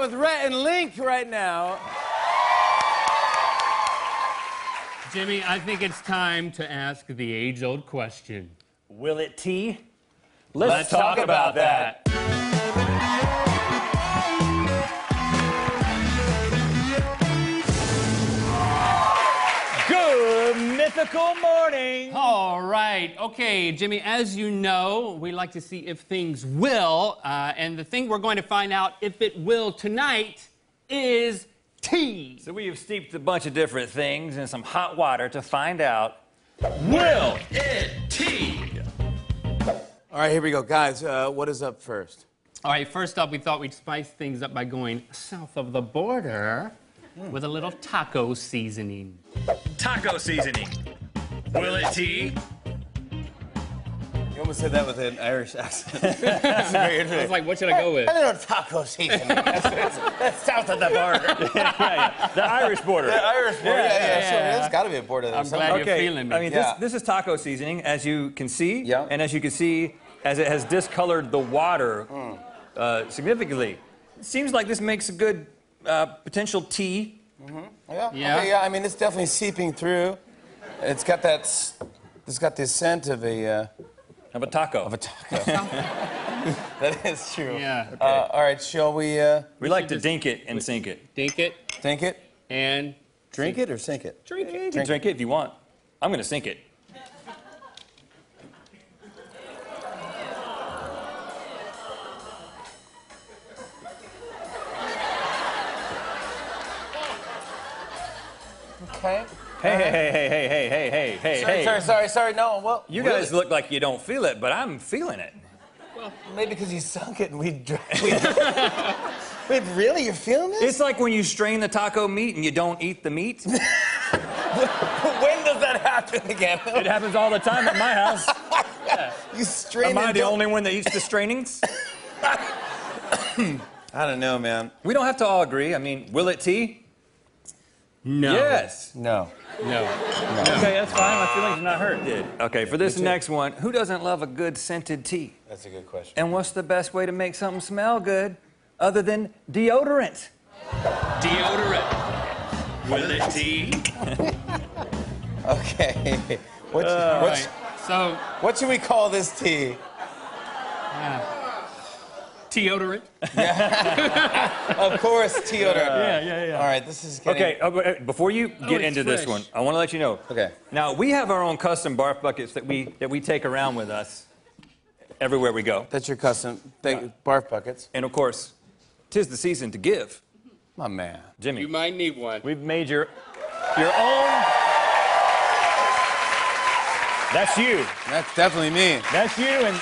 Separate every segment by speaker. Speaker 1: with Rhett and Link right now.
Speaker 2: Jimmy, I think it's time to ask the age old question.
Speaker 3: Will it tea?
Speaker 1: Let's,
Speaker 3: Good mythical morning.
Speaker 2: All right. Okay, Jimmy, as you know, we like to see if things will. Uh, and the thing we're going to find out if it will tonight is tea.
Speaker 3: So we have steeped a bunch of different things in some hot water to find out. Will it tea?
Speaker 1: All right, here we go. Guys, uh, what is up first?
Speaker 2: All right, first up, we thought we'd spice things up by going south of the border with a little taco seasoning.
Speaker 3: Taco seasoning. Will it tea?
Speaker 1: You almost said that with an Irish accent. That's very
Speaker 2: I was
Speaker 1: interesting.
Speaker 2: like, what should I go with?
Speaker 1: little taco seasoning. That's, south of the border.
Speaker 3: The Irish border.
Speaker 1: Irish border. Yeah, yeah, sure.
Speaker 2: yeah.
Speaker 1: There's got to be a border there.
Speaker 2: I'm
Speaker 1: somewhere.
Speaker 2: glad you're feeling me.
Speaker 3: I mean,
Speaker 1: Yeah.
Speaker 3: this, this is taco seasoning, as you can see.
Speaker 1: Yeah.
Speaker 3: And as you can see, as it has discolored the water uh, significantly. It seems like this makes a good uh, potential tea.
Speaker 1: Yeah.
Speaker 2: Yeah.
Speaker 1: Okay, yeah. I mean, it's definitely seeping through. It's got that. s- It's got the scent of a uh,
Speaker 3: How about taco?
Speaker 1: of a taco. that is true.
Speaker 2: Yeah.
Speaker 1: Uh, all right. Shall we uh,
Speaker 3: we like
Speaker 2: should
Speaker 3: to
Speaker 2: just-
Speaker 3: dink it and sink it.
Speaker 2: Dink it
Speaker 1: think it,
Speaker 2: and
Speaker 1: drink it, or sink it?
Speaker 3: Drink it. You can drink it if you want. I'm gonna sink it.
Speaker 1: Okay.
Speaker 3: Hey, hey, hey, hey, hey, hey, hey, hey, hey,
Speaker 1: Sorry,
Speaker 3: hey.
Speaker 1: sorry, sorry, sorry. No. Well,
Speaker 3: You
Speaker 1: really?
Speaker 3: guys look like you don't feel it, but I'm feeling it.
Speaker 1: Maybe because you sunk it and we drank. We Wait, really? You're feeling this?
Speaker 3: It's like when you strain the taco meat and you don't eat the meat. It
Speaker 1: when does that happen again?
Speaker 3: happens all the time at my house.
Speaker 1: you strain
Speaker 3: Am I
Speaker 1: and
Speaker 3: the
Speaker 1: don't-
Speaker 3: only one that eats the strainings?
Speaker 1: I don't know, man.
Speaker 3: We don't have to all agree. I mean, will it tea?
Speaker 2: no.
Speaker 3: Yes.
Speaker 1: No.
Speaker 2: No.
Speaker 3: Okay, that's fine. My feelings are not hurt. Okay, for this next one, who doesn't love a good scented tea?
Speaker 1: That's a good question.
Speaker 3: And what's the best way to make something smell good other than deodorant?
Speaker 2: Deodorant. Will it tea?
Speaker 1: Okay. What,
Speaker 2: All
Speaker 1: what's-
Speaker 2: right. So,
Speaker 1: what should we call this tea?
Speaker 2: deodorant.
Speaker 1: Of course, deodorant.
Speaker 2: Yeah, yeah, yeah.
Speaker 1: All right, this is getting.
Speaker 3: Okay, uh, but, uh, before you get
Speaker 2: it's
Speaker 3: into this
Speaker 2: fresh.
Speaker 3: one, I want to let you know.
Speaker 1: Okay.
Speaker 3: Now we have our own custom barf buckets that we that we take around with us everywhere we go,
Speaker 1: That's your custom thing, barf buckets.
Speaker 3: and of course, tis the season to give,
Speaker 1: My man.
Speaker 3: Jimmy.
Speaker 2: You might need one.
Speaker 3: We've made your your own. That's you.
Speaker 1: That's definitely me.
Speaker 3: That's you, and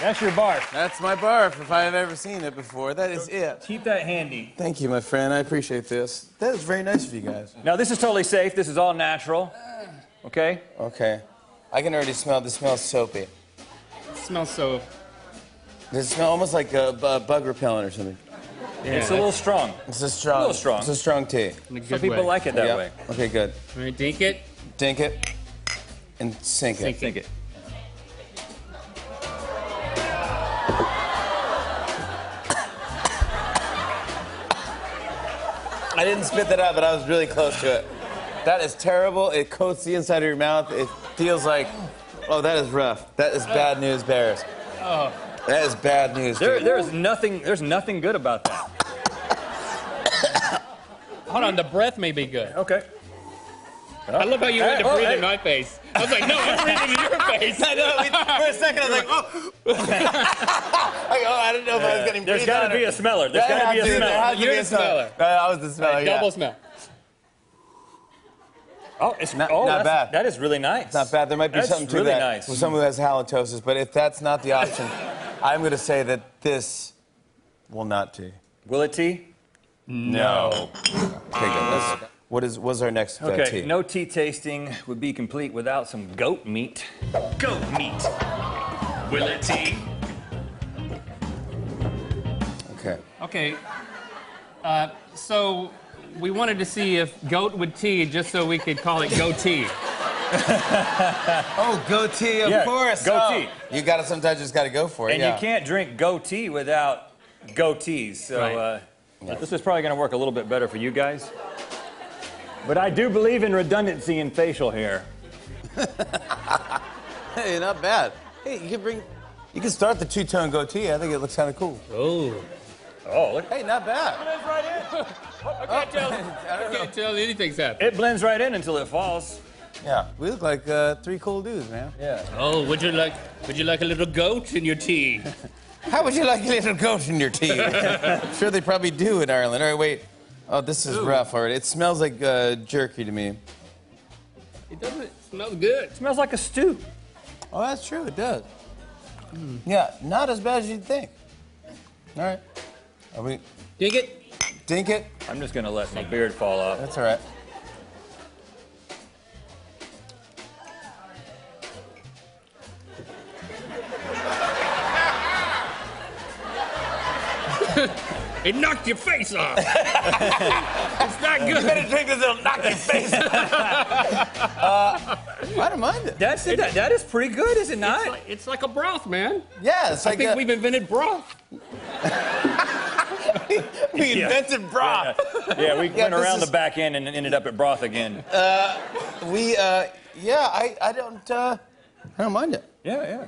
Speaker 3: that's your barf.
Speaker 1: That's my barf if I've ever seen it before. That is it.
Speaker 3: Keep that handy.
Speaker 1: Thank you, my friend. I appreciate this. That is very nice of you guys.
Speaker 3: Now this is totally safe. This is all natural. Okay.
Speaker 1: Okay. I can already smell. This smells soapy.
Speaker 2: smells so.
Speaker 1: This smells almost like a bu- bug repellent or something.
Speaker 3: it's a little strong.
Speaker 1: It's a strong.
Speaker 3: A little strong.
Speaker 1: It's a strong tea.
Speaker 2: in a good
Speaker 3: Some people
Speaker 2: way.
Speaker 3: like it that
Speaker 1: Yeah.
Speaker 3: way.
Speaker 1: Okay, good.
Speaker 2: All right, dink it.
Speaker 1: Dink it and sink it.
Speaker 2: Sink
Speaker 3: Think it.
Speaker 1: I didn't spit that out, but I was really close to it. That is terrible. It coats the inside of your mouth. It feels like, oh, that is rough. That is bad news, Bears.
Speaker 2: Oh,
Speaker 1: That is bad news.
Speaker 3: There,
Speaker 1: dude.
Speaker 3: there's nothing. There's nothing good about that.
Speaker 2: Hold on, the breath may be good.
Speaker 3: Okay.
Speaker 2: I love how you had to
Speaker 3: Hey, oh,
Speaker 2: breathe
Speaker 3: hey.
Speaker 2: in my face. I was like, no, I'm breathing in your face.
Speaker 1: I know. we- For a second, I was like, oh. like, oh, I didn't know if I was getting.
Speaker 3: There's
Speaker 1: breathed
Speaker 3: gotta
Speaker 1: on
Speaker 3: be
Speaker 1: or-
Speaker 3: a smeller. There's
Speaker 1: There
Speaker 3: gotta be
Speaker 1: has
Speaker 3: a
Speaker 1: to There
Speaker 3: smeller.
Speaker 1: has to
Speaker 2: You're
Speaker 1: be a
Speaker 2: the smeller.
Speaker 1: No, I was the smeller. yeah.
Speaker 2: Double smell.
Speaker 3: Oh, it's
Speaker 1: Not-
Speaker 3: oh,
Speaker 1: not
Speaker 3: that's-
Speaker 1: bad.
Speaker 3: That is really nice.
Speaker 1: Not bad. There might be
Speaker 3: That's
Speaker 1: something to
Speaker 3: really
Speaker 1: that.
Speaker 3: nice.
Speaker 1: With someone who has halitosis, but if that's not the option, I'm going to say that this will not be.
Speaker 3: Will it tea?
Speaker 1: No. Okay, good. Let's- what is what's our next uh,
Speaker 3: Okay.
Speaker 1: tea?
Speaker 3: No tea tasting would be complete without some goat meat. Goat meat. Will it tea?
Speaker 1: Okay.
Speaker 2: Okay. Uh, so we wanted to see if goat would tea just so we could call it goatee.
Speaker 1: Oh, goatee, of
Speaker 3: Yeah,
Speaker 1: course.
Speaker 3: goatee.
Speaker 1: Oh, you got to sometimes you just got to go for it.
Speaker 3: And
Speaker 1: yeah.
Speaker 3: you can't drink goat tea without goatees. So
Speaker 2: Right.
Speaker 3: uh, This is probably going to work a little bit better for you guys. But I do believe in redundancy in facial hair.
Speaker 1: Hey, not bad. Hey, you can bring, you can start the two-tone goatee. I think it looks kind of cool.
Speaker 2: Oh.
Speaker 3: Oh, look.
Speaker 1: Hey, not bad.
Speaker 2: I can't tell. I can't tell anything's happening.
Speaker 3: It blends right in until it falls.
Speaker 1: Yeah, we look like uh, three cool dudes, man.
Speaker 2: Oh, would you like would you like a little goat in your tea?
Speaker 1: How would you like a little goat in your tea? I'm sure they probably do in Ireland. All right, wait. Oh, this is rough already. It smells like uh, jerky to me.
Speaker 2: It doesn't smell good.
Speaker 3: smells like a stew.
Speaker 1: Oh, that's true. It does. Hmm. Yeah, not as bad as you'd think. All right. Are we
Speaker 2: Dig it.
Speaker 1: dink it?
Speaker 3: I'm just going to let my beard fall off.
Speaker 1: That's all right.
Speaker 2: It knocked your face off. it's not good.
Speaker 1: Better drink this. It'll knock your face. Uh, I don't mind it.
Speaker 3: That's it, that, that is pretty good, is it
Speaker 2: It's
Speaker 3: not?
Speaker 2: like, it's like a broth, man.
Speaker 1: Yeah, it's like
Speaker 2: I think
Speaker 1: a-
Speaker 2: we've invented broth.
Speaker 1: we invented broth.
Speaker 3: Yeah, we went
Speaker 1: Ah. this
Speaker 3: around
Speaker 1: is-
Speaker 3: the back end and ended up at broth again.
Speaker 1: We, uh, yeah, I, I don't, uh, I don't mind it.
Speaker 3: Yeah, yeah.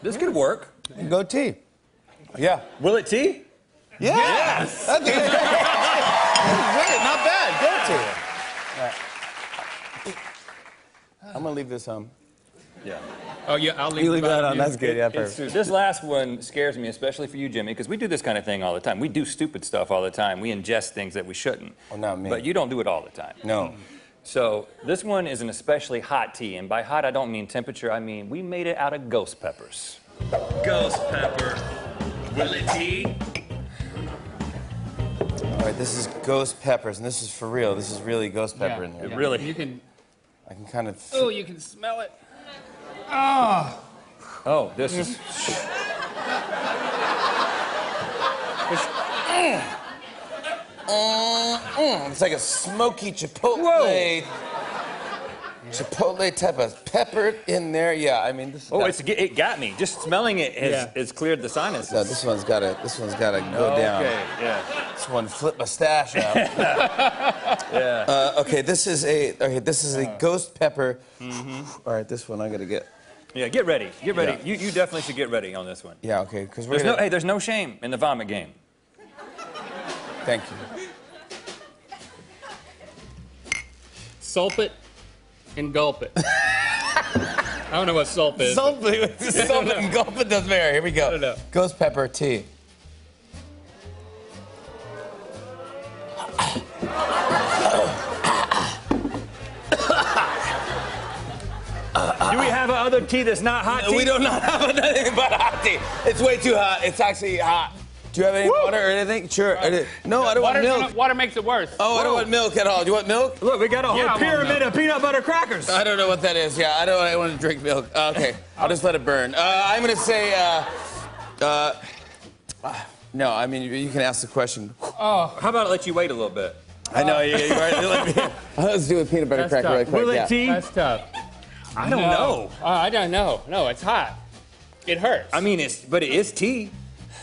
Speaker 3: This could work.
Speaker 1: Goatee. Yeah.
Speaker 3: Will it tea?
Speaker 1: Yeah.
Speaker 3: Yes.
Speaker 1: That's good. That's good. Not bad. Goatee. All right. I'm gonna leave this um, home.
Speaker 3: Yeah.
Speaker 2: Oh yeah, I'll leave.
Speaker 1: You leave
Speaker 2: mine.
Speaker 1: that on. That's good. Yeah,
Speaker 3: It's
Speaker 1: perfect.
Speaker 3: true. This last one scares me, especially for you, Jimmy, because we do this kind of thing all the time. We do stupid stuff all the time. We ingest things that we shouldn't.
Speaker 1: Well, Oh, not me.
Speaker 3: But you don't do it all the time.
Speaker 1: No.
Speaker 3: So this one is an especially hot tea, and by hot I don't mean temperature. I mean we made it out of ghost peppers. Ghost pepper. Will it tea?
Speaker 1: All right. This is ghost peppers, and this is for real. This is really ghost pepper in here.
Speaker 3: It really-
Speaker 2: You can.
Speaker 1: I can kind of.
Speaker 2: Oh, you can smell it. Oh,
Speaker 3: Oh, this is.
Speaker 1: Mm, it's like a smoky chipotle. Chipotle tapas peppered in there. Yeah. I mean, this.
Speaker 3: Oh, it's it got me. Just smelling it has,
Speaker 2: Yeah.
Speaker 3: has cleared the sinuses.
Speaker 1: No, this one's gotta. This one's gotta go down.
Speaker 3: Okay. Yeah.
Speaker 1: This one flipped my stash out. yeah. Uh, okay, this is a okay. This is a ghost pepper. All right, this one I gotta get.
Speaker 3: Yeah. Get ready. Get ready.
Speaker 1: Yeah.
Speaker 3: You you definitely should get ready on this one.
Speaker 1: Yeah, okay, because we're
Speaker 3: There's no
Speaker 1: gonna.
Speaker 3: hey. There's no shame in the vomit game.
Speaker 1: Thank you.
Speaker 2: Sulp it and gulp it. I don't know what sulp is.
Speaker 1: Something, something. Gulp it does matter. Here we go.
Speaker 2: don't know.
Speaker 1: Ghost pepper tea.
Speaker 3: Do we have a other tea that's not hot tea?
Speaker 1: We do not have anything but hot tea. It's way too hot. It's actually hot. Do you have any water or anything? Sure. I did- No, I don't want
Speaker 2: Water,
Speaker 1: milk.
Speaker 2: water makes it worse.
Speaker 1: Oh, I don't want milk at all. Do you want milk?
Speaker 3: Look, we got a whole
Speaker 2: Yeah, I want
Speaker 3: pyramid of peanut butter crackers.
Speaker 1: I don't know what that is. Yeah, I don't. I want to drink milk. Uh, okay, I'll just let it burn. Uh, I'm gonna say. Uh, uh, ah, no, I mean you, you can ask the question.
Speaker 3: How about I let you wait a little bit?
Speaker 1: I know you. you already let me. Let's do a peanut butter
Speaker 2: That's
Speaker 1: cracker
Speaker 2: tough.
Speaker 1: right quick.
Speaker 3: Will it
Speaker 1: yeah.
Speaker 3: tea?
Speaker 2: That's tough.
Speaker 3: I don't know.
Speaker 2: Oh, I don't know. No, it's hot. It hurts.
Speaker 3: I mean, it's but it is tea.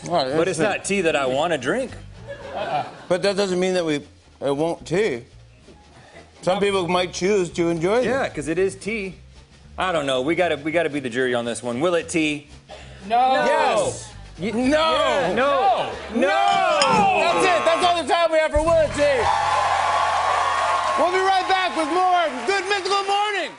Speaker 1: All right,
Speaker 3: But it's
Speaker 1: interesting.
Speaker 3: not tea that I want to drink.
Speaker 1: But that doesn't mean that we it won't tea. Some people might choose to enjoy it.
Speaker 3: Yeah, because it is tea. I don't know. We gotta we gotta be the jury on this one. Will it tea?
Speaker 2: no.
Speaker 1: Yes.
Speaker 3: Y-
Speaker 1: No.
Speaker 3: Yeah, no. No.
Speaker 1: That's it. That's all the time we have for Will it tea. We'll be right back with more Good Mythical Morning.